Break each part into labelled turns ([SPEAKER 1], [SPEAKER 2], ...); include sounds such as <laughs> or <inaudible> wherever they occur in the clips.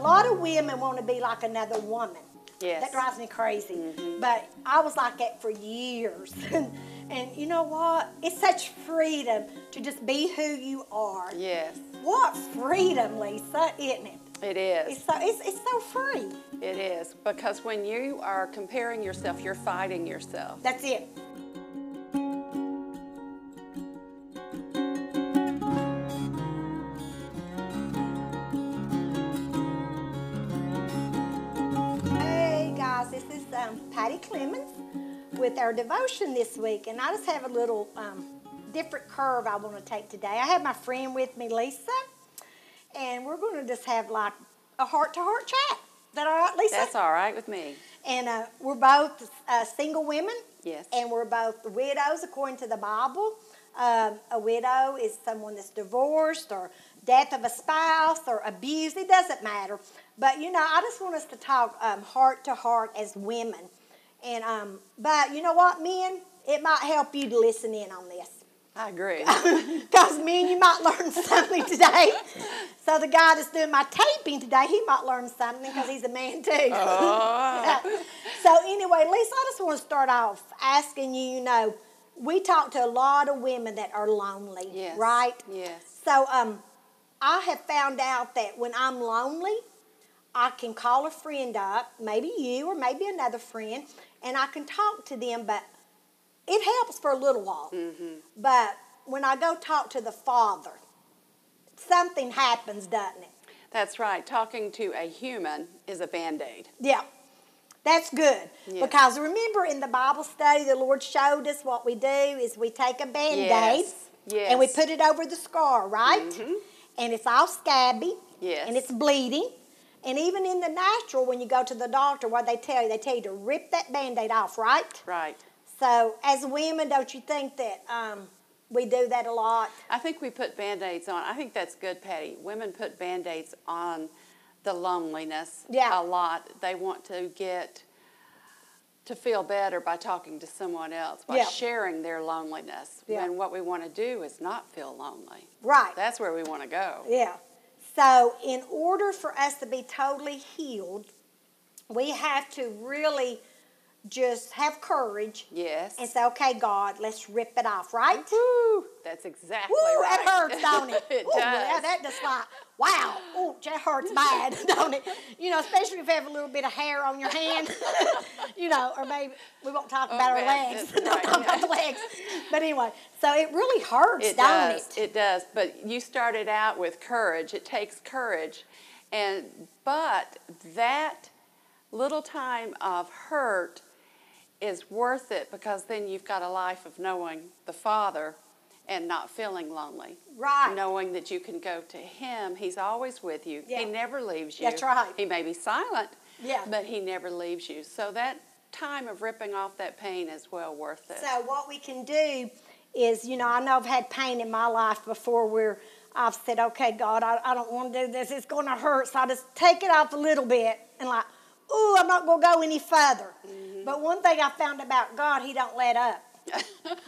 [SPEAKER 1] lot of women want to be like another woman.
[SPEAKER 2] Yes.
[SPEAKER 1] That drives me crazy. But I was like that for years. <laughs> and, and you know what? It's such freedom to just be who you are.
[SPEAKER 2] Yes,
[SPEAKER 1] What freedom, Lisa, isn't it?
[SPEAKER 2] it is.
[SPEAKER 1] It's so, it's, it's so free.
[SPEAKER 2] It is. Because when you are comparing yourself, you're fighting yourself.
[SPEAKER 1] That's it. Hey guys, this is um, Patty Clemens with our devotion this week, and I just have a little um, different curve I want to take today. I have my friend with me, Lisa, and we're going to just have like a heart to heart chat. Is that all right, Lisa?
[SPEAKER 2] That's all right with me.
[SPEAKER 1] And uh, we're both uh, single women.
[SPEAKER 2] Yes.
[SPEAKER 1] And we're both widows according to the Bible. Um, a widow is someone that's divorced or death of a spouse or abused. It doesn't matter. But you know, I just want us to talk um, heart to heart as women. And um, but you know what, men, it might help you to listen in on this
[SPEAKER 2] I agree.
[SPEAKER 1] because me and you might learn <laughs> something today. So the guy that's doing my taping today, he might learn something because he's a man too. <laughs>
[SPEAKER 2] Oh.
[SPEAKER 1] so anyway, Lisa, I just want to start off asking you. You know, we talk to a lot of women that are lonely,
[SPEAKER 2] Yes.
[SPEAKER 1] right?
[SPEAKER 2] Yes.
[SPEAKER 1] So um, I have found out that when I'm lonely, I can call a friend up, maybe you or maybe another friend, and I can talk to them. But it helps for a little while. But when I go talk to the Father, something happens, doesn't it?
[SPEAKER 2] <laughs> That's right. Talking to a human is a band aid.
[SPEAKER 1] Yeah. That's good.
[SPEAKER 2] Yeah.
[SPEAKER 1] Because remember in the Bible study, the Lord showed us what we do is we take a band aid
[SPEAKER 2] Yes.
[SPEAKER 1] and we
[SPEAKER 2] Yes. Mm-hmm.
[SPEAKER 1] put it over the scar, right? And it's all scabby.
[SPEAKER 2] Yes.
[SPEAKER 1] And it's bleeding. And even in the natural, when you go to the doctor, what they tell you, they tell you to rip that band aid off, right?
[SPEAKER 2] Right.
[SPEAKER 1] So as women, don't you think that um, we do that a lot?
[SPEAKER 2] I think we put band aids on. I think that's good, Patty. Women put band aids on the loneliness
[SPEAKER 1] Yeah.
[SPEAKER 2] a lot. They want to get to feel better by talking to someone else, by
[SPEAKER 1] Yeah.
[SPEAKER 2] sharing their loneliness.
[SPEAKER 1] Yeah.
[SPEAKER 2] And what we want to do is not feel lonely.
[SPEAKER 1] Right.
[SPEAKER 2] That's where we want to go.
[SPEAKER 1] Yeah. So, in order for us to be totally healed, we have to really just have courage
[SPEAKER 2] Yes.
[SPEAKER 1] and say, okay, God, let's rip it off, right?
[SPEAKER 2] Woo! That's exactly
[SPEAKER 1] Woo,
[SPEAKER 2] right.
[SPEAKER 1] that hurts, don't it?
[SPEAKER 2] <laughs> it
[SPEAKER 1] Ooh,
[SPEAKER 2] does.
[SPEAKER 1] Yeah, that just like, wow, ooh, that hurts bad, <laughs> don't it? You know, especially if you have a little bit of hair on your hand, <laughs> you know, or maybe we won't talk about our
[SPEAKER 2] Oh, man,
[SPEAKER 1] legs. <laughs>
[SPEAKER 2] that's
[SPEAKER 1] Don't
[SPEAKER 2] right,
[SPEAKER 1] talk about
[SPEAKER 2] yeah.
[SPEAKER 1] the legs. But anyway, so it really hurts,
[SPEAKER 2] It
[SPEAKER 1] don't
[SPEAKER 2] does.
[SPEAKER 1] it?
[SPEAKER 2] does. But you started out with courage. It takes courage, and but that little time of hurt is worth it because then you've got a life of knowing the Father and not feeling lonely.
[SPEAKER 1] Right.
[SPEAKER 2] Knowing that you can go to Him. He's always with you.
[SPEAKER 1] Yeah.
[SPEAKER 2] He never leaves you.
[SPEAKER 1] That's right.
[SPEAKER 2] He may be silent.
[SPEAKER 1] Yeah.
[SPEAKER 2] But He never leaves you. So that time of ripping off that pain is well worth it.
[SPEAKER 1] So what we can do is, you know, I know I've had pain in my life before where I've said, okay, God, I, I don't want to do this. It's going to hurt. So I just take it off a little bit and like, ooh, I'm not going to go any further.
[SPEAKER 2] Mm-hmm.
[SPEAKER 1] But one thing I found about God, he don't let
[SPEAKER 2] <laughs>
[SPEAKER 1] up.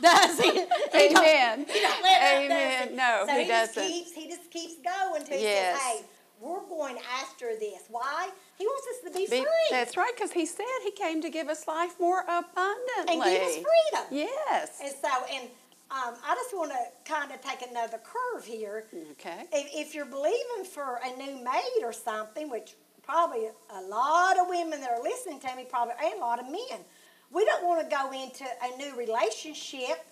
[SPEAKER 1] does <laughs> he? He don't-
[SPEAKER 2] Amen.
[SPEAKER 1] he don't let up, does
[SPEAKER 2] Amen.
[SPEAKER 1] he?
[SPEAKER 2] No,
[SPEAKER 1] so
[SPEAKER 2] he
[SPEAKER 1] he just
[SPEAKER 2] doesn't.
[SPEAKER 1] keeps- he just keeps going until he
[SPEAKER 2] Yes.
[SPEAKER 1] says, hey, we're going after this. Why? He wants us to be,
[SPEAKER 2] Be-
[SPEAKER 1] free
[SPEAKER 2] That's right, because he said he came to give us life more abundantly.
[SPEAKER 1] and give us freedom.
[SPEAKER 2] Yes.
[SPEAKER 1] And so, and um, I just want to kind of take another curve here.
[SPEAKER 2] Okay.
[SPEAKER 1] If, if you're believing for a new maid or something, which probably a lot of women that are listening to me, probably and a lot of men, we don't want to go into a new relationship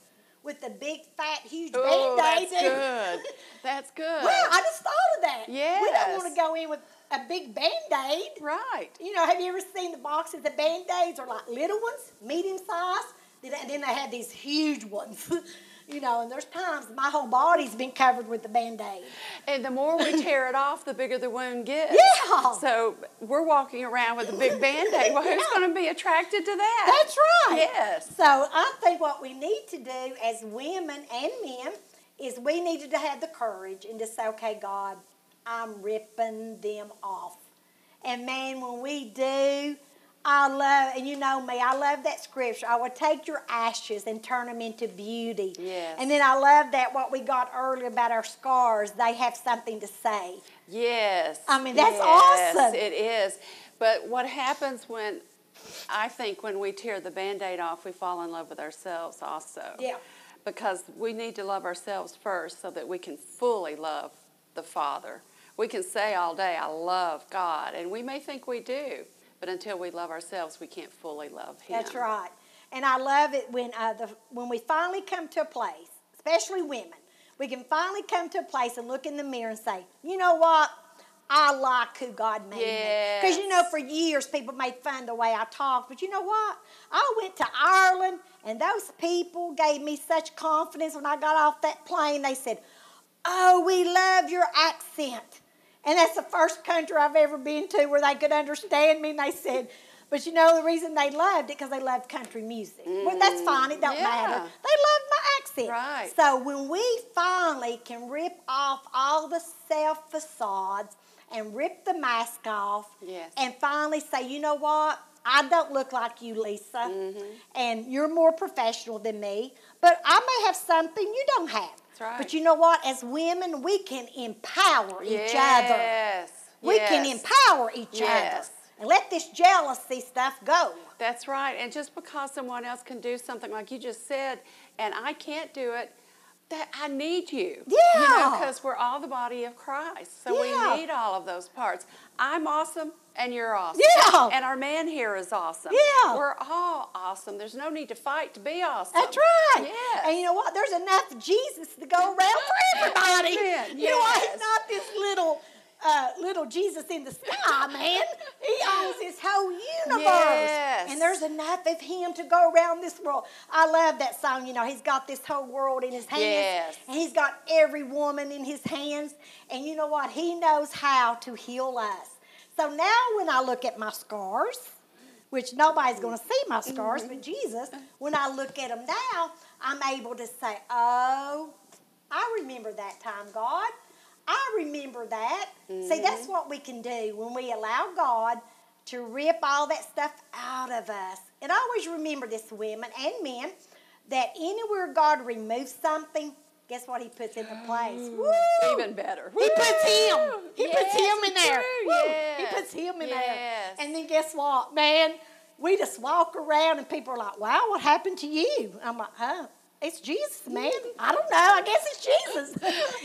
[SPEAKER 1] with the big fat huge
[SPEAKER 2] Oh,
[SPEAKER 1] band-aid.
[SPEAKER 2] that's good.
[SPEAKER 1] <laughs>
[SPEAKER 2] That's good.
[SPEAKER 1] well, I just thought of that. We don't want
[SPEAKER 2] Yes.
[SPEAKER 1] to go in with a big band-aid.
[SPEAKER 2] right.
[SPEAKER 1] You know, have you ever seen the boxes? The band aids are like little ones, medium size, then- and then they have these huge ones. <laughs> you know, and there's times my whole body's been covered with the band aid.
[SPEAKER 2] And the more we tear it off, the bigger the wound gets.
[SPEAKER 1] Yeah.
[SPEAKER 2] So we're walking around with a big band aid. Well, who's
[SPEAKER 1] Yeah.
[SPEAKER 2] going to be attracted to that?
[SPEAKER 1] That's right.
[SPEAKER 2] Yes.
[SPEAKER 1] So I think what we need to do as women and men is we needed to have the courage and to say, okay, God, I'm ripping them off. And man, when we do, I love, and you know me, I love that scripture. I would take your ashes and turn them into beauty.
[SPEAKER 2] Yes.
[SPEAKER 1] And then I love that what we got earlier about our scars, they have something to say.
[SPEAKER 2] Yes.
[SPEAKER 1] I mean, that's
[SPEAKER 2] yes,
[SPEAKER 1] awesome.
[SPEAKER 2] It is. But what happens when I think when we tear the band aid off, we fall in love with ourselves also.
[SPEAKER 1] Yeah.
[SPEAKER 2] Because we need to love ourselves first so that we can fully love the Father. We can say all day, I love God, and we may think we do, but until we love ourselves, we can't fully love Him.
[SPEAKER 1] That's right. And I love it when uh, the, when we finally come to a place, especially women, we can finally come to a place and look in the mirror and say, you know what? I like who God made me. Because, you know,
[SPEAKER 2] Yes.
[SPEAKER 1] for years people made fun of the way I talked. But you know what? I went to Ireland and those people gave me such confidence when I got off that plane. They said, Oh, we love your accent. And that's the first country I've ever been to where they could understand me. And they said, but you know the reason they loved it because they loved country music. well, that's fine. It don't
[SPEAKER 2] Mm, yeah.
[SPEAKER 1] matter. They love my accent.
[SPEAKER 2] Right.
[SPEAKER 1] So when we finally can rip off all the self facades and rip the mask off,
[SPEAKER 2] Yes.
[SPEAKER 1] and finally say, you know what? I don't look like you, Lisa,
[SPEAKER 2] Mm-hmm.
[SPEAKER 1] and you're more professional than me, but I may have something you don't have.
[SPEAKER 2] That's right.
[SPEAKER 1] But you know what? As women, we can empower each other.
[SPEAKER 2] Yes.
[SPEAKER 1] We can
[SPEAKER 2] yes.
[SPEAKER 1] empower each
[SPEAKER 2] Yes.
[SPEAKER 1] other and let this jealousy stuff go.
[SPEAKER 2] That's right. And just because someone else can do something like you just said, and I can't do it, that I need you. You know,
[SPEAKER 1] Yeah.
[SPEAKER 2] because we're all the body of Christ. So
[SPEAKER 1] Yeah.
[SPEAKER 2] we need all of those parts. I'm awesome and you're awesome.
[SPEAKER 1] Yeah.
[SPEAKER 2] And our man here is awesome.
[SPEAKER 1] Yeah.
[SPEAKER 2] We're all awesome. There's no need to fight to be awesome.
[SPEAKER 1] That's right.
[SPEAKER 2] Yes.
[SPEAKER 1] And you know what? There's enough Jesus to go around
[SPEAKER 2] <laughs>
[SPEAKER 1] for everybody.
[SPEAKER 2] That's it.
[SPEAKER 1] You know what?
[SPEAKER 2] Yes.
[SPEAKER 1] He's not this little uh, little Jesus in the sky, man. He owns his whole universe.
[SPEAKER 2] Yes.
[SPEAKER 1] And there's enough of him to go around this world. I love that song. You know, he's got this whole world in his hands.
[SPEAKER 2] Yes.
[SPEAKER 1] And he's got every woman in his hands. And you know what? He knows how to heal us. So now when I look at my scars, which nobody's going to see my scars but Jesus. When I look at them now, I'm able to say, Oh, I remember that time, God. I remember that. See, that's what we can do when we allow God to rip all that stuff out of us. And always remember this, women and men, that anywhere God removes something, guess what He puts into place? Woo!
[SPEAKER 2] Even better.
[SPEAKER 1] He puts him. He puts
[SPEAKER 2] Yes,
[SPEAKER 1] him in there.
[SPEAKER 2] true,
[SPEAKER 1] Woo.
[SPEAKER 2] yes,
[SPEAKER 1] He puts him in
[SPEAKER 2] yes.
[SPEAKER 1] there. And then guess what, man? We just walk around and people are like, "Wow, what happened to you?" I'm like, "Huh? It's Jesus, man. I don't know. I guess it's Jesus.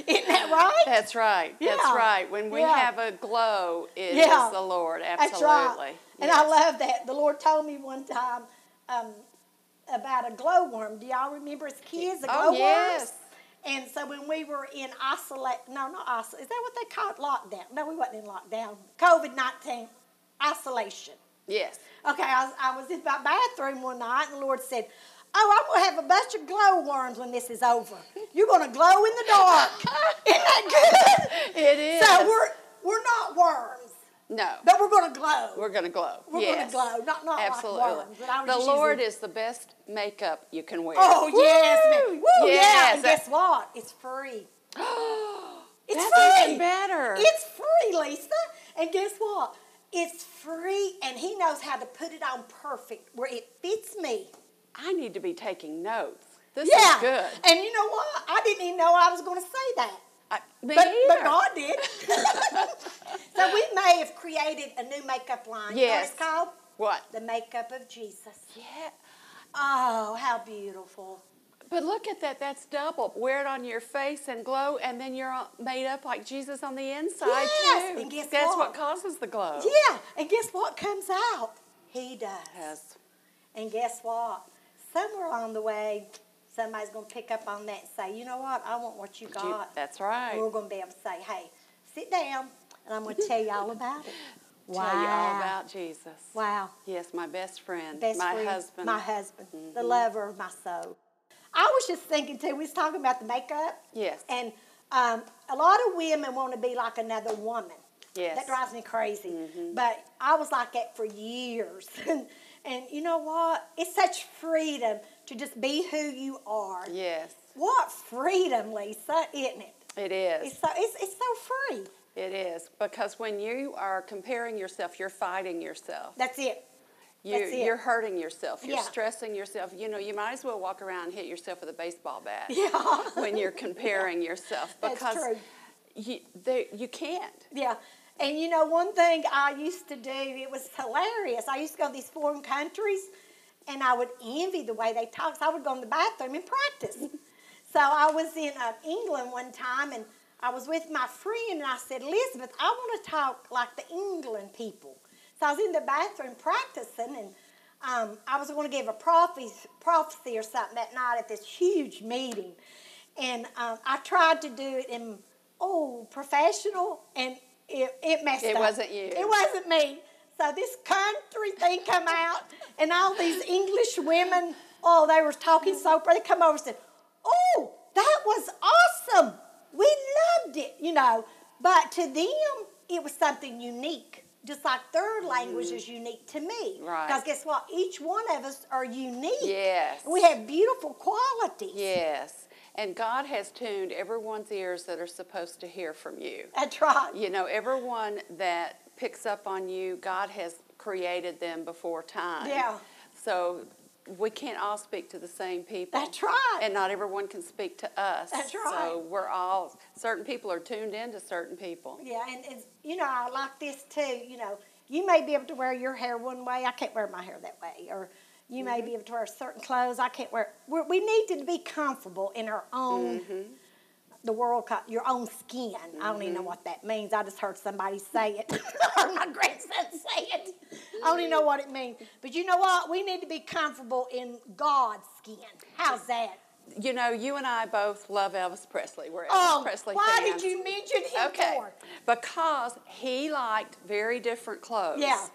[SPEAKER 1] <laughs> Isn't that right?"
[SPEAKER 2] That's right.
[SPEAKER 1] Yeah.
[SPEAKER 2] That's right. When we
[SPEAKER 1] Yeah.
[SPEAKER 2] have a glow, it is
[SPEAKER 1] Yeah.
[SPEAKER 2] the Lord.
[SPEAKER 1] That's
[SPEAKER 2] Absolutely.
[SPEAKER 1] right. And I
[SPEAKER 2] Yes.
[SPEAKER 1] love that. The Lord told me one time um, about a glowworm. Do y'all remember as kids the
[SPEAKER 2] Oh,
[SPEAKER 1] glowworms?
[SPEAKER 2] yes.
[SPEAKER 1] And so when we were in isolate, no, not isolate. Is that what they call it? Lockdown? No, we wasn't in lockdown. COVID nineteen isolation.
[SPEAKER 2] Yes.
[SPEAKER 1] Okay, I was, I was in my bathroom one night, and the Lord said, "Oh, I'm gonna have a bunch of glowworms when this is over. You're gonna glow in the
[SPEAKER 2] <laughs>
[SPEAKER 1] dark. Isn't that good?
[SPEAKER 2] It is.
[SPEAKER 1] So we're we're not worms,
[SPEAKER 2] no.
[SPEAKER 1] but we're gonna glow.
[SPEAKER 2] We're gonna glow.
[SPEAKER 1] We're gonna
[SPEAKER 2] yes.
[SPEAKER 1] glow. Not- <laughs> not like
[SPEAKER 2] absolutely.
[SPEAKER 1] worms, but I was
[SPEAKER 2] the
[SPEAKER 1] just
[SPEAKER 2] Lord
[SPEAKER 1] using-
[SPEAKER 2] is the best makeup you can wear.
[SPEAKER 1] Oh yes, man.
[SPEAKER 2] Woo!
[SPEAKER 1] Woo, yeah.
[SPEAKER 2] Yes.
[SPEAKER 1] And guess what? It's free. <gasps> it's
[SPEAKER 2] That's
[SPEAKER 1] free.
[SPEAKER 2] even better.
[SPEAKER 1] It's free, Lisa. And guess what? It's free, and he knows how to put it on perfect where it fits me.
[SPEAKER 2] I need to be taking notes. This
[SPEAKER 1] yeah.
[SPEAKER 2] is good.
[SPEAKER 1] And you know what? I didn't even know I was going to say that.
[SPEAKER 2] I, me
[SPEAKER 1] But, but
[SPEAKER 2] either.
[SPEAKER 1] God did. <laughs> so we may have created a new makeup line. You know what
[SPEAKER 2] Yes.
[SPEAKER 1] it's called?
[SPEAKER 2] what?
[SPEAKER 1] The Makeup of Jesus.
[SPEAKER 2] Yeah.
[SPEAKER 1] Oh, how beautiful.
[SPEAKER 2] But look at that. That's double. Wear it on your face and glow, and then you're all made up like Jesus on the inside
[SPEAKER 1] Yes,
[SPEAKER 2] too.
[SPEAKER 1] and guess
[SPEAKER 2] That's
[SPEAKER 1] what?
[SPEAKER 2] what? causes the glow.
[SPEAKER 1] Yeah, and guess what comes out? He does.
[SPEAKER 2] Yes.
[SPEAKER 1] And guess what? Somewhere along the way, somebody's going to pick up on that and say, you know what? I want what you
[SPEAKER 2] You-
[SPEAKER 1] got.
[SPEAKER 2] That's right.
[SPEAKER 1] And we're going to be able to say, hey, sit down, and I'm going to tell you all about it.
[SPEAKER 2] <laughs> Tell you all about Jesus.
[SPEAKER 1] Wow.
[SPEAKER 2] Yes, my best friend,
[SPEAKER 1] Best
[SPEAKER 2] my
[SPEAKER 1] friend,
[SPEAKER 2] husband. Mm-hmm.
[SPEAKER 1] My husband, the lover of my soul. I was just thinking, too, we was talking about the makeup.
[SPEAKER 2] Yes.
[SPEAKER 1] And um, a lot of women want to be like another woman.
[SPEAKER 2] Yes. Mm-hmm.
[SPEAKER 1] That drives me crazy. But I was like that for years. <laughs> and, and you know what? It's such freedom to just be who you are.
[SPEAKER 2] Yes,
[SPEAKER 1] What freedom, Lisa, isn't it?
[SPEAKER 2] it is.
[SPEAKER 1] It's so, it's, it's so free.
[SPEAKER 2] It is because when you are comparing yourself, you're fighting yourself.
[SPEAKER 1] That's it.
[SPEAKER 2] You,
[SPEAKER 1] That's it.
[SPEAKER 2] you're hurting yourself. You're
[SPEAKER 1] Yeah.
[SPEAKER 2] stressing yourself. You know, you might as well walk around and hit yourself with a baseball bat
[SPEAKER 1] <laughs> Yeah.
[SPEAKER 2] when you're comparing yourself
[SPEAKER 1] That's
[SPEAKER 2] because
[SPEAKER 1] true.
[SPEAKER 2] You, there, you can't.
[SPEAKER 1] Yeah. And you know, one thing I used to do, it was hilarious. I used to go to these foreign countries and I would envy the way they talk. So I would go in the bathroom and practice. so I was in uh, England one time and I was with my friend and I said, Elizabeth, I want to talk like the England people. So I was in the bathroom practicing and um, I was going to give a prophecy, prophecy or something that night at this huge meeting. And um, I tried to do it in old professional and it, it messed
[SPEAKER 2] It
[SPEAKER 1] up.
[SPEAKER 2] wasn't you.
[SPEAKER 1] It wasn't me. So this country thing come out and all these English women, oh, they were talking so proud. They come over and said, oh, that was awesome. We loved it, you know. But to them, it was something unique, just like their language is unique to me.
[SPEAKER 2] Right.
[SPEAKER 1] Because guess what? Each one of us are unique.
[SPEAKER 2] Yes.
[SPEAKER 1] We have beautiful qualities.
[SPEAKER 2] Yes. And God has tuned everyone's ears that are supposed to hear from you.
[SPEAKER 1] That's right.
[SPEAKER 2] You know, everyone that picks up on you, God has created them before time.
[SPEAKER 1] Yeah.
[SPEAKER 2] So we can't all speak to the same people.
[SPEAKER 1] That's right.
[SPEAKER 2] And not everyone can speak to us.
[SPEAKER 1] That's
[SPEAKER 2] So
[SPEAKER 1] right.
[SPEAKER 2] we're all, certain people are tuned in to certain people.
[SPEAKER 1] Yeah, and it's, you know, I like this too. You know, you may be able to wear your hair one way. I can't wear my hair that way. Or you
[SPEAKER 2] Mm-hmm.
[SPEAKER 1] may be able to wear certain clothes. I can't wear. We're, we need to be comfortable in our own.
[SPEAKER 2] Mm-hmm.
[SPEAKER 1] The world, co- your own skin. I don't even know what that means. I just heard somebody say it. <laughs> I heard my grandson say it. I don't even
[SPEAKER 2] Mm-hmm.
[SPEAKER 1] know what it means. But you know what? We need to be comfortable in God's skin. How's that?
[SPEAKER 2] You know, you and I both love Elvis Presley. We're Elvis
[SPEAKER 1] Oh,
[SPEAKER 2] Presley
[SPEAKER 1] why
[SPEAKER 2] fans.
[SPEAKER 1] did you mention him
[SPEAKER 2] Okay.
[SPEAKER 1] for?
[SPEAKER 2] Because he liked very different clothes.
[SPEAKER 1] Yeah.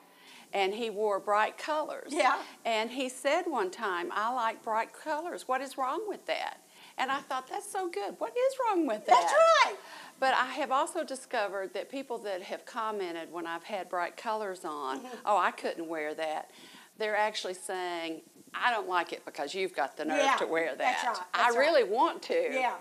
[SPEAKER 2] And he wore bright colors.
[SPEAKER 1] Yeah.
[SPEAKER 2] And he said one time, I like bright colors. What is wrong with that? And I thought, that's so good. What is wrong with that?
[SPEAKER 1] That's right.
[SPEAKER 2] But I have also discovered that people that have commented when I've had bright colors on,
[SPEAKER 1] Mm-hmm.
[SPEAKER 2] oh, I couldn't wear that, they're actually saying, I don't like it because you've got the nerve
[SPEAKER 1] Yeah,
[SPEAKER 2] to wear that.
[SPEAKER 1] that's right, that's
[SPEAKER 2] I
[SPEAKER 1] right.
[SPEAKER 2] really want to.
[SPEAKER 1] Yeah.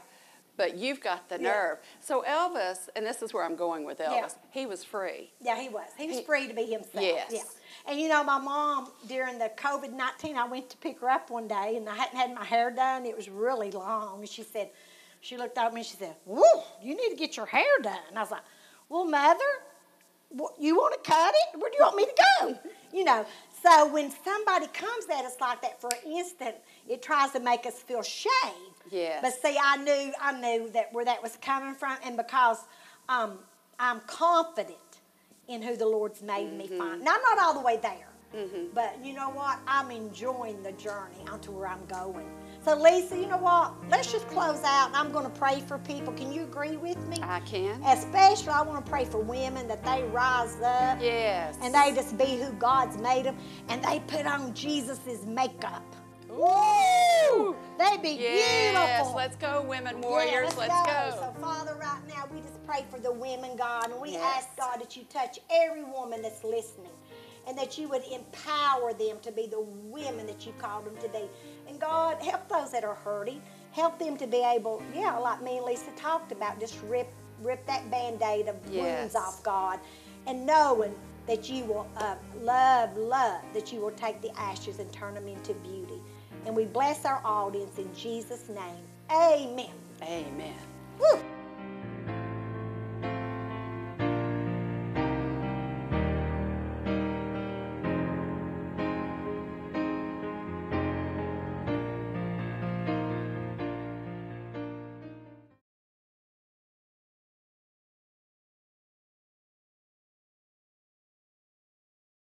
[SPEAKER 2] But you've got the
[SPEAKER 1] Yeah.
[SPEAKER 2] nerve. So Elvis, and this is where I'm going with Elvis,
[SPEAKER 1] Yeah.
[SPEAKER 2] he was free.
[SPEAKER 1] Yeah, he was. He was
[SPEAKER 2] He-
[SPEAKER 1] free to be himself.
[SPEAKER 2] Yes.
[SPEAKER 1] Yeah. And you know, my mom during the COVID nineteen, I went to pick her up one day, and I hadn't had my hair done. It was really long, and she said, she looked at me and she said, "Woo, you need to get your hair done." I was like, "Well, mother, wh- you want to cut it? Where do you want me to go?" You know. So when somebody comes at us like that, for an instant, it tries to make us feel shame.
[SPEAKER 2] Yes.
[SPEAKER 1] But see, I knew I knew that where that was coming from, and because um, I'm confident in who the Lord's made
[SPEAKER 2] Mm-hmm.
[SPEAKER 1] me find. Now I'm not all the way there, but you know what? I'm enjoying the journey onto where I'm going. So Lisa, you know what? Let's just close out, and I'm going to pray for people. Can you agree with me?
[SPEAKER 2] I can.
[SPEAKER 1] Especially, I want to pray for women that they rise up
[SPEAKER 2] Yes.
[SPEAKER 1] and they just be who God's made them, and they put on Jesus's makeup. Woo! They be
[SPEAKER 2] yes.
[SPEAKER 1] beautiful.
[SPEAKER 2] Let's go, women
[SPEAKER 1] Yeah,
[SPEAKER 2] warriors. let's, go.
[SPEAKER 1] So, Father, right now we just pray for the women, God, and we
[SPEAKER 2] Yes.
[SPEAKER 1] ask God that you touch every woman that's listening, and that you would empower them to be the women that you called them to be. And God, help those that are hurting. Help them to be able, yeah, like me and Lisa talked about, just rip rip that band-aid of
[SPEAKER 2] Yes.
[SPEAKER 1] wounds off, God, and knowing that you will uh, love, love, that you will take the ashes and turn them into beauty. And we bless our audience in Jesus' name. Amen.
[SPEAKER 2] Amen.
[SPEAKER 1] Woo!